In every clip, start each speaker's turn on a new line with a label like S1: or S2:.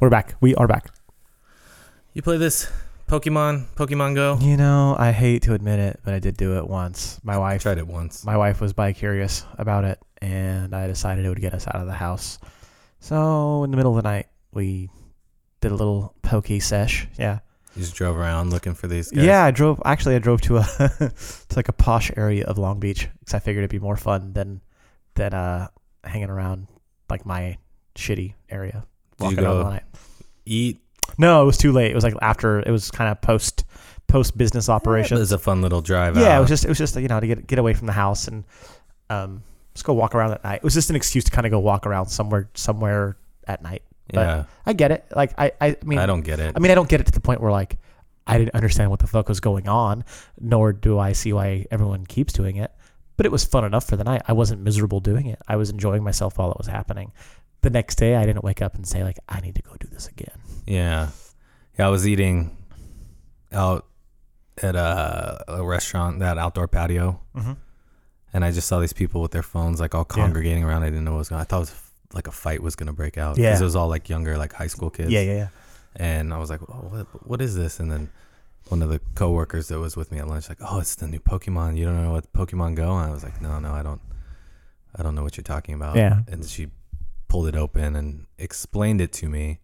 S1: We're back. We are back.
S2: You play this Pokemon, Pokemon Go?
S3: You know, I hate to admit it, but I did do it once. My
S2: I
S3: wife
S2: tried it once.
S3: my wife was bi curious about it, and I decided it would get us out of the house. So in the middle of the night, we did a little pokey sesh. Yeah,
S2: You just drove around looking for these guys.
S3: yeah. I drove. Actually, I drove to a to like a posh area of Long Beach because I figured it'd be more fun than than uh hanging around like my shitty area.
S2: Did you
S3: walking around
S2: go-
S3: all night.
S2: Eat.
S3: No, it was too late. It was like after. It was kind of post post business
S2: It
S3: operation.
S2: was a fun little drive
S3: Yeah, it
S2: out.
S3: was just it was just you know to get get away from the house and um just go walk around at night. It was just an excuse to kind of go walk around somewhere somewhere at night. but-
S2: yeah.
S3: I get it. Like I I
S2: I,
S3: mean
S2: don't get it.
S3: I mean I don't get it to the point where like I didn't understand what the fuck was going on, nor do I see why everyone keeps doing it. But it was fun enough for the night. I wasn't miserable doing it. I was enjoying myself while it was happening. The next day, I didn't wake up and say like I need to go do this again.
S2: yeah. Yeah, I was eating out at a, a restaurant, that outdoor patio,
S3: Mm-hmm.
S2: and I just saw these people with their phones like all
S3: Yeah.
S2: congregating around. I didn't know what was going. I thought it was like a fight was going to break out. 'cause
S3: Yeah.
S2: it was all like younger, like high school kids.
S3: Yeah, yeah, yeah.
S2: And I was like, oh, what, what is this? And then one of the coworkers that was with me at lunch, like, oh, it's the new Pokemon. You don't know what Pokemon Go? And I was like, no, no, I don't, I don't know what you're talking about.
S3: Yeah.
S2: And she pulled it open and explained it to me.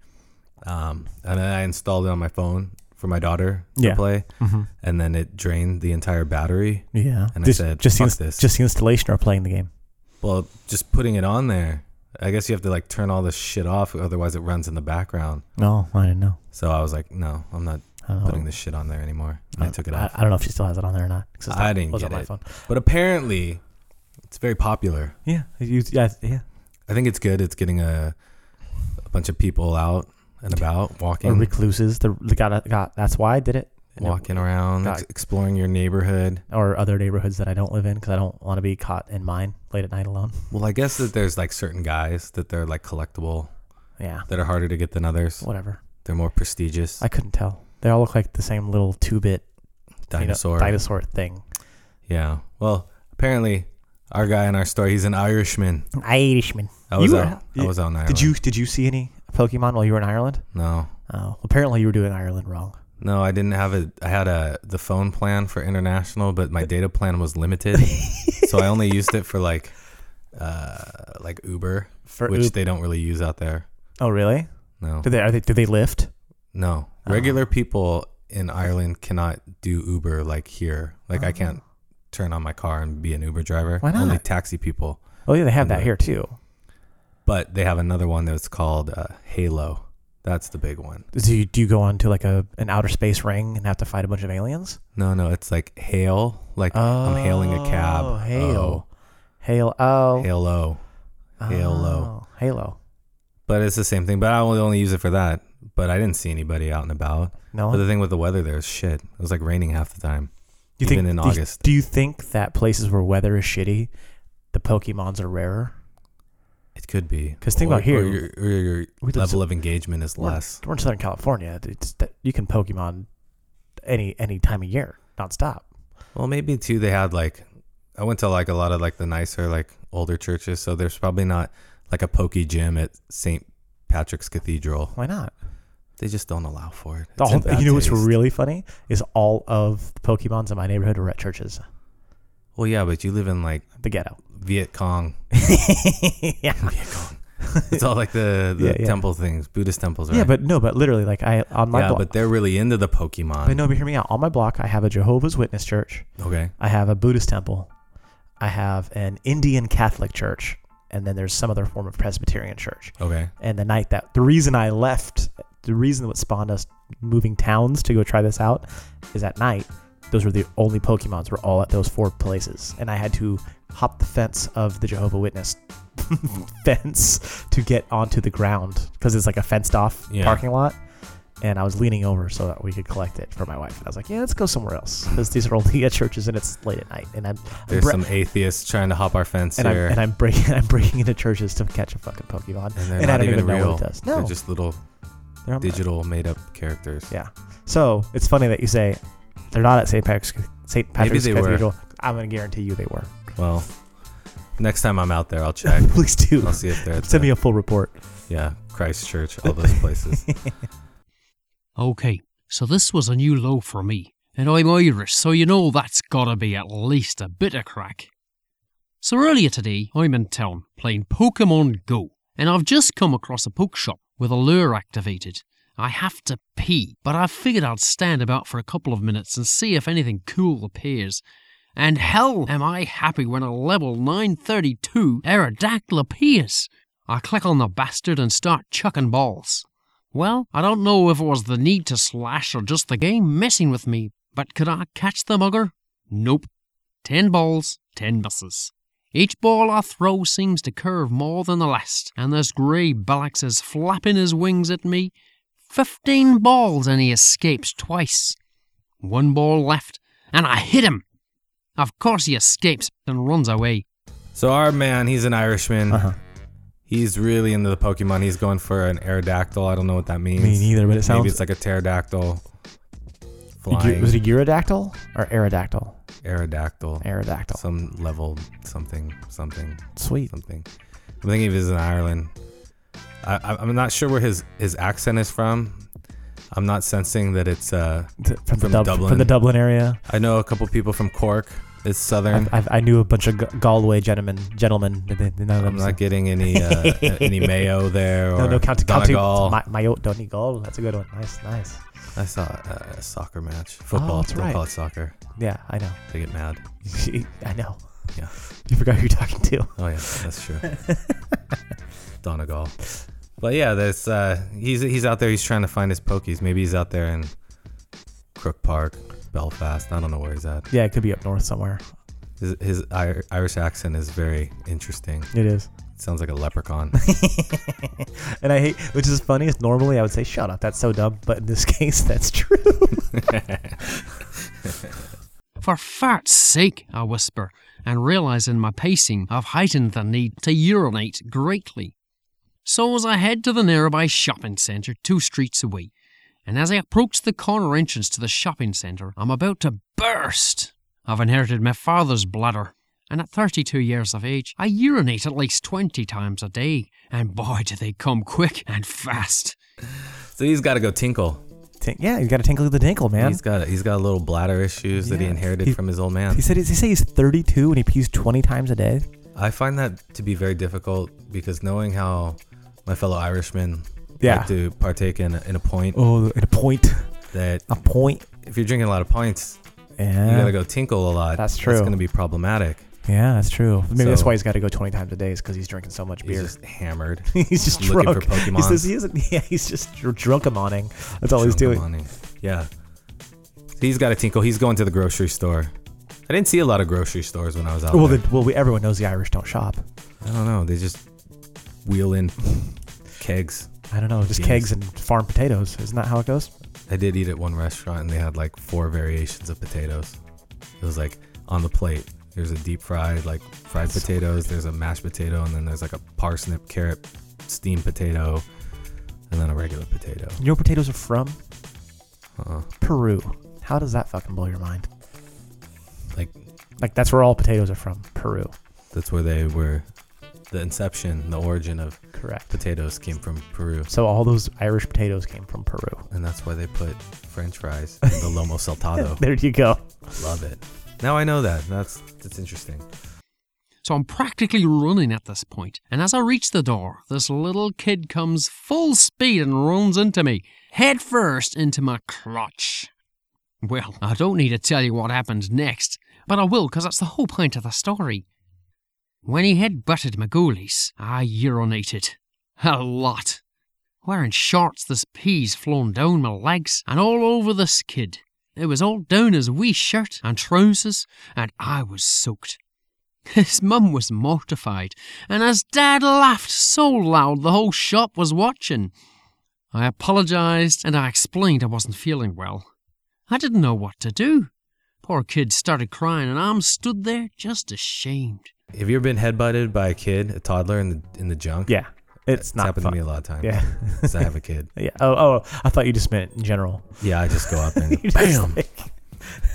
S2: Um, and then I installed it on my phone for my daughter to
S3: Yeah.
S2: play,
S3: Mm-hmm.
S2: and then it drained the entire battery.
S3: Yeah.
S2: And I
S3: just,
S2: said,
S3: just the
S2: "Fuck
S3: ins-
S2: this."
S3: just the installation or playing the game.
S2: Well, just putting it on there. I guess you have to like turn all this shit off, otherwise it runs in the background.
S3: No, Oh, I didn't know.
S2: So I was like, no, I'm not
S3: I don't know.
S2: putting this shit on there anymore. And I took it
S3: Oh. Uh, I,
S2: off.
S3: I don't know if she still has it on there or not. 'cause it's
S2: I
S3: not-
S2: didn't
S3: wasn't
S2: get
S3: my
S2: it.
S3: phone.
S2: But apparently, it's very popular.
S3: Yeah, you, yeah, yeah.
S2: I think it's good. It's getting a, a bunch of people out and about,
S3: Or
S2: walking,
S3: recluses. The, the got, got that's why I did it. And it-
S2: walking around,
S3: God.
S2: ex- exploring your neighborhood.
S3: or other neighborhoods that I don't live in because I don't want to be caught in mine late at night alone.
S2: Well, I guess that there's like certain guys that they're like collectible,
S3: Yeah,
S2: that are harder to get than others.
S3: whatever.
S2: They're more prestigious.
S3: I couldn't tell. They all look like the same little two bit
S2: Dinosaur.
S3: dinosaur thing.
S2: yeah. Well, apparently, our guy in our store, he's an Irishman.
S3: Irishman.
S2: I was
S3: You were-
S2: out. I was out in Ireland.
S3: Did you did you see any Pokemon while you were in Ireland?
S2: No.
S3: Oh, apparently you were doing Ireland wrong.
S2: No, I didn't have it. I had a the phone plan for international, but my data plan was limited, so I only used it for like, uh, like Uber,
S3: For
S2: which
S3: Oop-
S2: they don't really use out there.
S3: oh really?
S2: No,
S3: Do they are they do they lift?
S2: no,
S3: Oh.
S2: regular people in Ireland cannot do Uber like here. Like I can't turn on my car and be an Uber driver.
S3: Oh. Why not?
S2: Only taxi people.
S3: Oh yeah, they have that
S2: No.
S3: here too.
S2: But they have another one that's called uh, Halo. That's the big one.
S3: Do you, do you go on to like a an outer space ring and have to fight a bunch of aliens?
S2: No, no, it's like hail. Like I'm hailing a cab.
S3: Oh, hail, hail, oh,
S2: Oh, Halo. Halo.
S3: Oh, halo.
S2: But it's the same thing. But I only only use it for that. But I didn't see anybody out and about.
S3: No,
S2: But
S3: one?
S2: the thing with the weather there is shit. It was like raining half the time.
S3: you
S2: even in
S3: do you-
S2: August.
S3: Do you think that places where weather is shitty, the Pokemon's are rarer?
S2: It could be.
S3: 'Cause think
S2: Or-
S3: about here.
S2: Or your, or your
S3: We live
S2: level of engagement is
S3: We're-
S2: less.
S3: We're in Southern California. It's that you can Pokemon any any time of year, nonstop.
S2: Well, maybe too. They had like, I went to like a lot of like the nicer like older churches. So there's probably not like a pokey gym at St. Patrick's Cathedral.
S3: Why not?
S2: They just don't allow for it.
S3: The
S2: It's in
S3: whole,
S2: bad
S3: you know what's
S2: taste.
S3: really funny is all of the Pokemon's in my neighborhood are at churches.
S2: Well, yeah, but you live in like
S3: The ghetto.
S2: Viet Cong.
S3: yeah.
S2: It's all like the, the
S3: Yeah, yeah.
S2: temple things, Buddhist temples, right?
S3: Yeah, but no, but literally, like I on my
S2: yeah,
S3: block.
S2: but they're really into the Pokemon.
S3: but no, but hear me out. On my block, I have a Jehovah's Witness church.
S2: Okay.
S3: I have a Buddhist temple. I have an Indian Catholic church, and then there's some other form of Presbyterian church.
S2: Okay.
S3: And the night that the reason I left, the reason what spawned us moving towns to go try this out, is at night. Those were the only Pokemons were all at those four places, and I had to hop the fence of the Jehovah Witness fence to get onto the ground because it's like a fenced off
S2: Yeah.
S3: parking lot. And I was leaning over so that we could collect it for my wife. And I was like, "Yeah, let's go somewhere else because these are only at churches and it's late at night." And I'm
S2: There's
S3: Bre-
S2: some atheists trying to hop our fence
S3: and I'm,
S2: here.
S3: and I'm breaking I'm breaking into churches to catch a fucking Pokemon.
S2: and they're
S3: and
S2: not
S3: I don't
S2: even,
S3: even know
S2: real.
S3: what it does. No.
S2: They're just little
S3: They're on-
S2: digital made up characters.
S3: Yeah. So it's funny that you say they're not at St. Patrick's St. Patrick's
S2: they were.
S3: Cathedral. I'm gonna guarantee you they were.
S2: Well, next time I'm out there, I'll check.
S3: Please do
S2: I'll see if they're. at
S3: send
S2: the-
S3: me a full report.
S2: yeah, Christchurch, all those places.
S1: Okay, so this was a new low for me, and I'm Irish, so you know that's gotta be at least a bit of crack. So earlier today, I'm in town playing Pokemon Go, and I've just come across a poke shop with a lure activated. I have to pee, but I figured I'd stand about for a couple of minutes and see if anything cool appears. And hell am I happy when a level 932 Aerodactyl appears! I click on the bastard and start chucking balls. Well, I don't know if it was the need to slash or just the game messing with me, but could I catch the mugger? Nope. Ten balls, ten misses. Each ball I throw seems to curve more than the last, and this grey Ballax is flapping his wings at me. Fifteen balls and he escapes twice. One ball left, and I hit him. Of course he escapes and runs away.
S2: So our man, he's an Irishman.
S3: Uh-huh.
S2: He's really into the Pokemon. He's going for an Aerodactyl. I don't know what that means.
S3: Me neither, but it sounds.
S2: Maybe it's like a pterodactyl.
S3: Gy-
S2: Flying
S3: was it a Eurodactyl or Aerodactyl?
S2: Aerodactyl.
S3: Aerodactyl.
S2: Some level something something
S3: Sweet.
S2: something. I'm thinking if he's in Ireland. I, I- I'm not sure where his, his accent is from. I'm not sensing that it's. Uh,
S3: T- From,
S2: From
S3: the Dub-
S2: Dublin.
S3: From the Dublin area.
S2: I know a couple people from Cork. It's southern.
S3: I've, I've, I knew a bunch of G- Galway gentlemen. Gentlemen. They- they- None of them.
S2: I'm not getting any uh, any mayo there or
S3: no, no, County, County,
S2: Donegal.
S3: my, my old Donegal. That's a good one. Nice, nice.
S2: I saw a, a soccer match. Football.
S3: Oh, that's
S2: Don't
S3: right.
S2: call it soccer.
S3: Yeah, I know.
S2: They get mad.
S3: I know.
S2: Yeah.
S3: You forgot who you're talking to.
S2: Oh yeah, that's true. Donegal. But yeah, that's uh, he's he's out there. He's trying to find his pokies. Maybe he's out there in Crook Park, Belfast. I don't know where he's at.
S3: Yeah, it could be up north somewhere.
S2: His, his Ir- Irish accent is very interesting.
S3: It is.
S2: It sounds like a leprechaun.
S3: and I hate, which is funny, is normally I would say, shut up, that's so dumb. But in this case, that's true.
S1: For fart's sake, I whisper, and realise in my pacing I've heightened the need to urinate greatly. So as I head to the nearby shopping centre two streets away, and as I approach the corner entrance to the shopping centre, I'm about to burst. I've inherited my father's bladder, and at 32 years of age, I urinate at least 20 times a day, and boy do they come quick and fast.
S2: so he's got to go tinkle.
S3: Tink- yeah, you got to tinkle the dinkle, man.
S2: He's got he's got little bladder issues that he
S3: Yeah.
S2: inherited
S3: He-
S2: from his old man.
S3: He said, does he say he's 32 and he pees 20 times a day?
S2: I find that to be very difficult because knowing how my fellow Irishmen
S3: Yeah.
S2: like to partake in a, in a point
S3: Oh, and a point.
S2: that
S3: A point.
S2: if you're drinking a lot of pints,
S3: Yeah.
S2: you gotta go tinkle a lot.
S3: That's
S2: It's
S3: true.
S2: gonna be problematic.
S3: Yeah, that's true. Maybe that's
S2: So-
S3: why he's got to go 20 times a day is because he's drinking so much
S2: He's
S3: beer.
S2: just hammered.
S3: he's just
S2: looking
S3: drunk.
S2: for
S3: He says
S2: Pokemons.
S3: he isn't. Yeah, he's just dr- drunk moning. That's all he's doing.
S2: Drunk money. Yeah. So he's got a tinkle. He's going to the grocery store. I didn't see a lot of grocery stores when I was out
S3: Well,
S2: there.
S3: the, well, we, everyone knows the Irish don't shop.
S2: I don't know. They just wheel in kegs.
S3: I don't know, just
S2: Yes.
S3: kegs and farm potatoes. Isn't that how it goes?
S2: I did eat at one restaurant and they had like four variations of potatoes. It was like on the plate. There's a deep fried, like fried potatoes. There's a mashed potato, and then there's like a parsnip, carrot, steamed potato, and then a regular potato.
S3: You know where potatoes are from?
S2: Uh-uh.
S3: Peru. How does that fucking blow your mind?
S2: Like
S3: Like that's where all potatoes are from. Peru.
S2: That's where they were. The inception, the origin of
S3: Correct.
S2: potatoes came from Peru,
S3: So all those Irish potatoes came from Peru.
S2: and that's why they put French fries in the lomo saltado.
S3: There you go.
S2: Love it. Now I know that. That's that's interesting.
S1: So I'm practically running at this point, and as I reach the door, this little kid comes full speed and runs into me, head first into my crotch. Well, I don't need to tell you what happened next, but I will, 'cause that's the whole point of the story. When he head butted my goalies, I urinated. A lot. Wearing shorts, this pea's flown down my legs and all over this kid. It was all down his wee shirt and trousers, and I was soaked. His mum was mortified, and as Dad laughed so loud the whole shop was watching. I apologised and I explained I wasn't feeling well. I didn't know what to do. Poor kid started crying, and I'm stood there just ashamed.
S2: Have you ever been headbutted by a kid, a toddler in the in the junk?
S3: Yeah, it's, not
S2: happened
S3: fun.
S2: to me a lot of times.
S3: Yeah.
S2: 'cause I have a kid.
S3: yeah. Oh, oh, I thought you just meant in general.
S2: Yeah, I just go out there and
S3: You
S2: just,
S3: just,
S2: bam,
S3: like-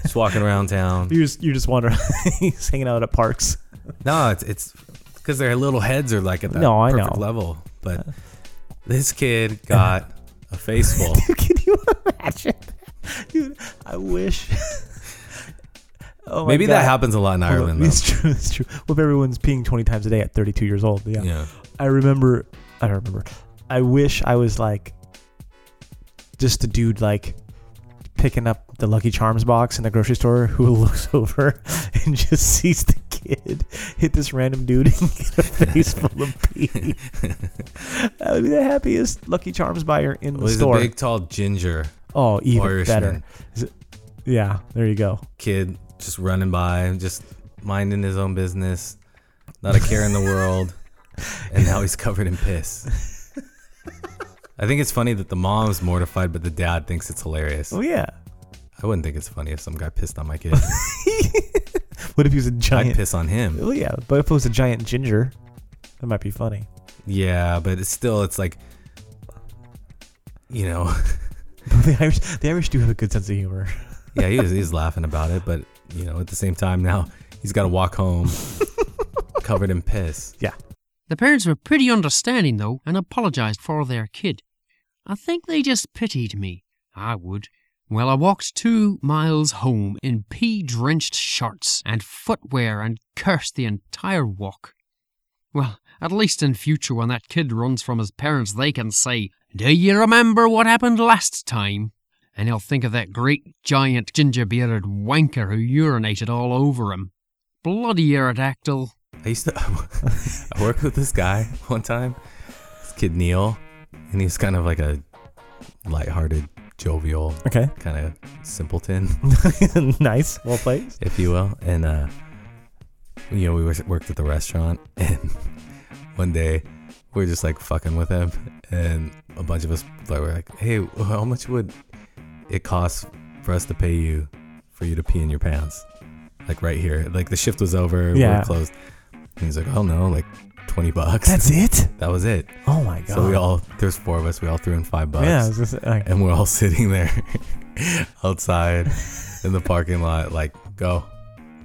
S2: just walking around town.
S3: you just you just wander. he's hanging out at parks.
S2: No, it's it's because their little heads are like at that
S3: No, I
S2: perfect
S3: know. Uh.
S2: level, but This kid got a face full.
S3: Can you imagine? Dude, I wish. oh my
S2: Maybe
S3: God.
S2: that happens a lot in
S3: Hold on.
S2: Ireland, though.
S3: It's true. It's true. Well, if everyone's peeing 20 times a day at 32 years old. Yeah.
S2: Yeah.
S3: I remember. I don't remember. I wish I was like just the dude like picking up the Lucky Charms box in the grocery store who looks over and just sees the kid hit this random dude and get a face full of pee. that would be the happiest Lucky Charms buyer in the
S2: Was a
S3: store.
S2: big, tall, ginger
S3: oh, even
S2: Irishman
S3: better. Yeah, there you go.
S2: kid just running by, just minding his own business, not a care in the world, and now he's covered in piss. I think it's funny that the mom's mortified, but the dad thinks it's hilarious.
S3: Oh yeah.
S2: I wouldn't think it's funny if some guy pissed on my kid.
S3: What if he was a
S2: I'd
S3: giant?
S2: piss on him.
S3: Oh yeah, but if it was a giant ginger, that might be funny.
S2: Yeah, but it's still, it's like, you know,
S3: the Irish, the Irish do have a good sense of humor.
S2: yeah, he was, he's laughing about it, but, you know, at the same time now, he's got to walk home covered in piss.
S1: The parents were pretty understanding, though, and apologized for their kid. I think they just pitied me. I would. Well, I walked two miles home in pea drenched shorts and footwear and cursed the entire walk. Well, at least in future, when that kid runs from his parents, they can say, Do you remember what happened last time? And he'll think of that great giant ginger bearded wanker who urinated all over him. Bloody Aerodactyl.
S2: I used to I worked with this guy one time, this kid Neil, and he was kind of like a lighthearted, jovial,
S3: Okay,
S2: kind of simpleton,
S3: nice, well played.
S2: if you will. And uh, you know, we was- worked at the restaurant, and one day we were just like fucking with him, and a bunch of us like were like, "Hey, how much would it cost for us to pay you for you to pee in your pants?" Like right here, like the shift was over, we
S3: Yeah.
S2: were closed. And he's like, "Oh no, like twenty bucks."
S3: it.
S2: That was it.
S3: Oh my god.
S2: So we all there's four of us. We all threw in five bucks,
S3: yeah, I was gonna say, like,
S2: and we're all sitting there outside in the parking lot, like, go,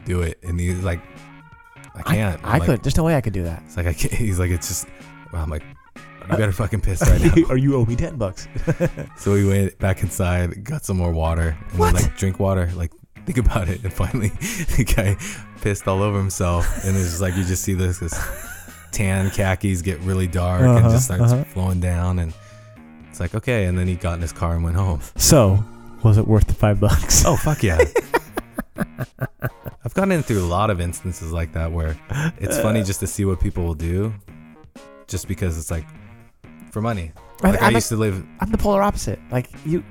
S2: do it. And he's like, I can't.
S3: I,
S2: I'm like-
S3: could. There's no way I could do that.
S2: It's like I can't. He's like, it's just. I'm like,
S3: Uh,
S2: you better fucking piss right now.
S3: or you owe me ten bucks.
S2: so we went back inside, got some more water, and
S3: What?
S2: then like drink water, like. Think about it, and finally, the guy pissed all over himself, and it's just like you just see this, this tan khakis get really dark, and
S3: Uh-huh,
S2: just starts
S3: uh-huh.
S2: flowing down, and it's like okay. And then he got in his car and went home.
S3: So, was it worth the five bucks?
S2: Oh fuck yeah! I've gotten through a lot of instances like that where it's funny just to see what people will do, just because it's like for money.
S3: I-
S2: Like I,
S3: I'm a-
S2: used to live.
S3: I'm the polar opposite. Like you,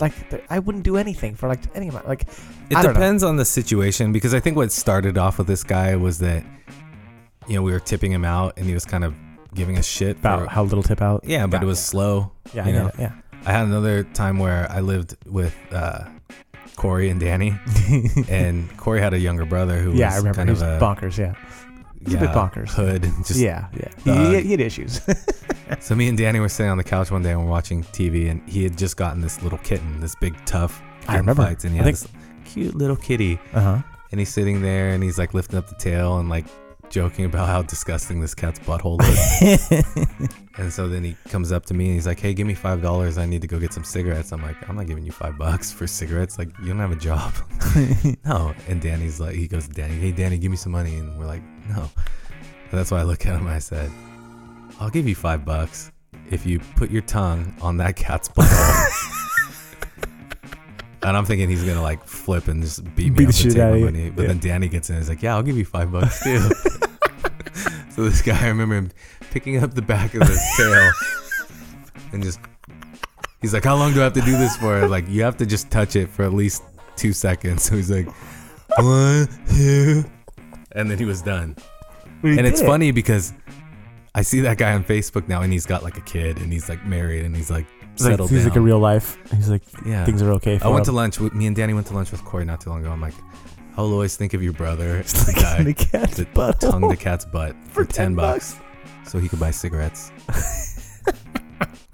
S3: like th- I wouldn't do anything for like any amount. Like
S2: It
S3: I don't know.
S2: depends on the situation because I think what started off with this guy was that you know we were tipping him out and he was kind of giving us shit.
S3: about
S2: for-
S3: how little tip out.
S2: yeah, but
S3: Yeah.
S2: it was slow.
S3: Yeah, I
S2: you know.
S3: get it, yeah.
S2: I had another time where I lived with uh, Corey and Danny, and Corey had a younger brother who
S3: yeah, I
S2: was
S3: remember.
S2: kind
S3: he
S2: of
S3: was
S2: a
S3: bonkers. Yeah, he's a bit bonkers.
S2: hood. Just
S3: yeah, yeah. He,
S2: uh,
S3: he, had- he had issues.
S2: So me and Danny were sitting on the couch one day and we're watching TV, and he had just gotten this little kitten, this big
S3: I
S2: tough. kitten
S3: remember.
S2: Fights, and he
S3: I
S2: had
S3: think-
S2: this cute little kitty,
S3: uh huh.
S2: and he's sitting there, and he's like lifting up the tail and like joking about how disgusting this cat's butthole is. and so then he comes up to me and he's like, "Hey, give me five dollars. I need to go get some cigarettes." I'm like, "I'm not giving you five bucks for cigarettes. Like, you don't have a job." no. And Danny's like, he goes to Danny, "Hey, Danny, give me some money." And we're like, "No." And that's why I look at him. I said, "I'll give you five bucks if you put your tongue on that cat's butthole." And I'm thinking he's gonna like flip and just beat me
S3: Beat the
S2: up and
S3: shit
S2: take my
S3: outta you.
S2: money. But
S3: Yeah.
S2: then Danny gets in and he's like, "Yeah, I'll give you five bucks too." so this guy, I remember him picking up the back of the tail and just he's like, How long do I have to do this for? Like, you have to just touch it for at least two seconds. So he's like, One, two, and then he was done. and it's funny because I see that guy on Facebook now and he's got like a kid and he's like married and he's like settled
S3: he's
S2: down.
S3: like a real life. He's like
S2: yeah.
S3: things are okay. For
S2: I went to
S3: him.
S2: lunch with me and Danny went to lunch with Corey not too long ago. I'm like, I'll always think of your brother. It's the guy
S3: the cat's
S2: that
S3: butthole.
S2: tongued the cat's butt for, 10
S3: bucks.
S2: bucks so he could buy cigarettes.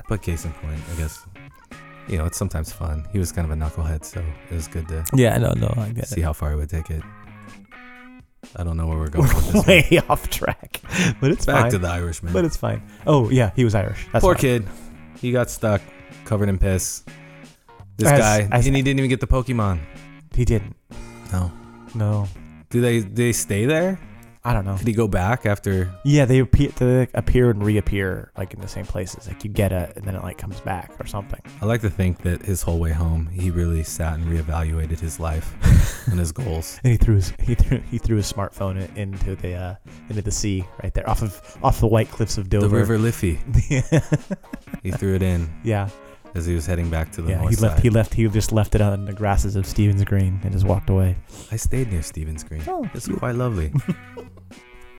S2: but case in point, I guess, you know, it's sometimes fun. He was kind of a knucklehead, so it was good to
S3: Yeah, no, no, I get
S2: see how far he would take it. I don't know where we're going with this. one.
S3: Way off track. but it's
S2: Back
S3: fine.
S2: to the Irishman.
S3: but it's fine. Oh yeah, he was Irish. That's
S2: Poor
S3: fine.
S2: kid. He got stuck, covered in piss. This
S3: As-
S2: guy,
S3: as-
S2: and he didn't even get the Pokemon.
S3: He didn't.
S2: No.
S3: No,
S2: Do they do they stay there?
S3: I don't know.
S2: Did he go back after?
S3: Yeah, they appear, they appear and reappear like in the same places. Like you get it, and then it like comes back or something.
S2: I like to think that his whole way home, he really sat and reevaluated his life and his goals.
S3: And he threw his he threw he threw his smartphone i- into the uh, into the sea right there off of off the white cliffs of Dover.
S2: The River Liffey.
S3: yeah,
S2: He threw it in
S3: yeah.
S2: as he was heading back to the
S3: He
S2: north
S3: left.
S2: side.
S3: He left. He just left it on the grasses of Stevens Green and just walked away.
S2: I stayed near Stevens Green.
S3: Oh,
S2: It's quite lovely.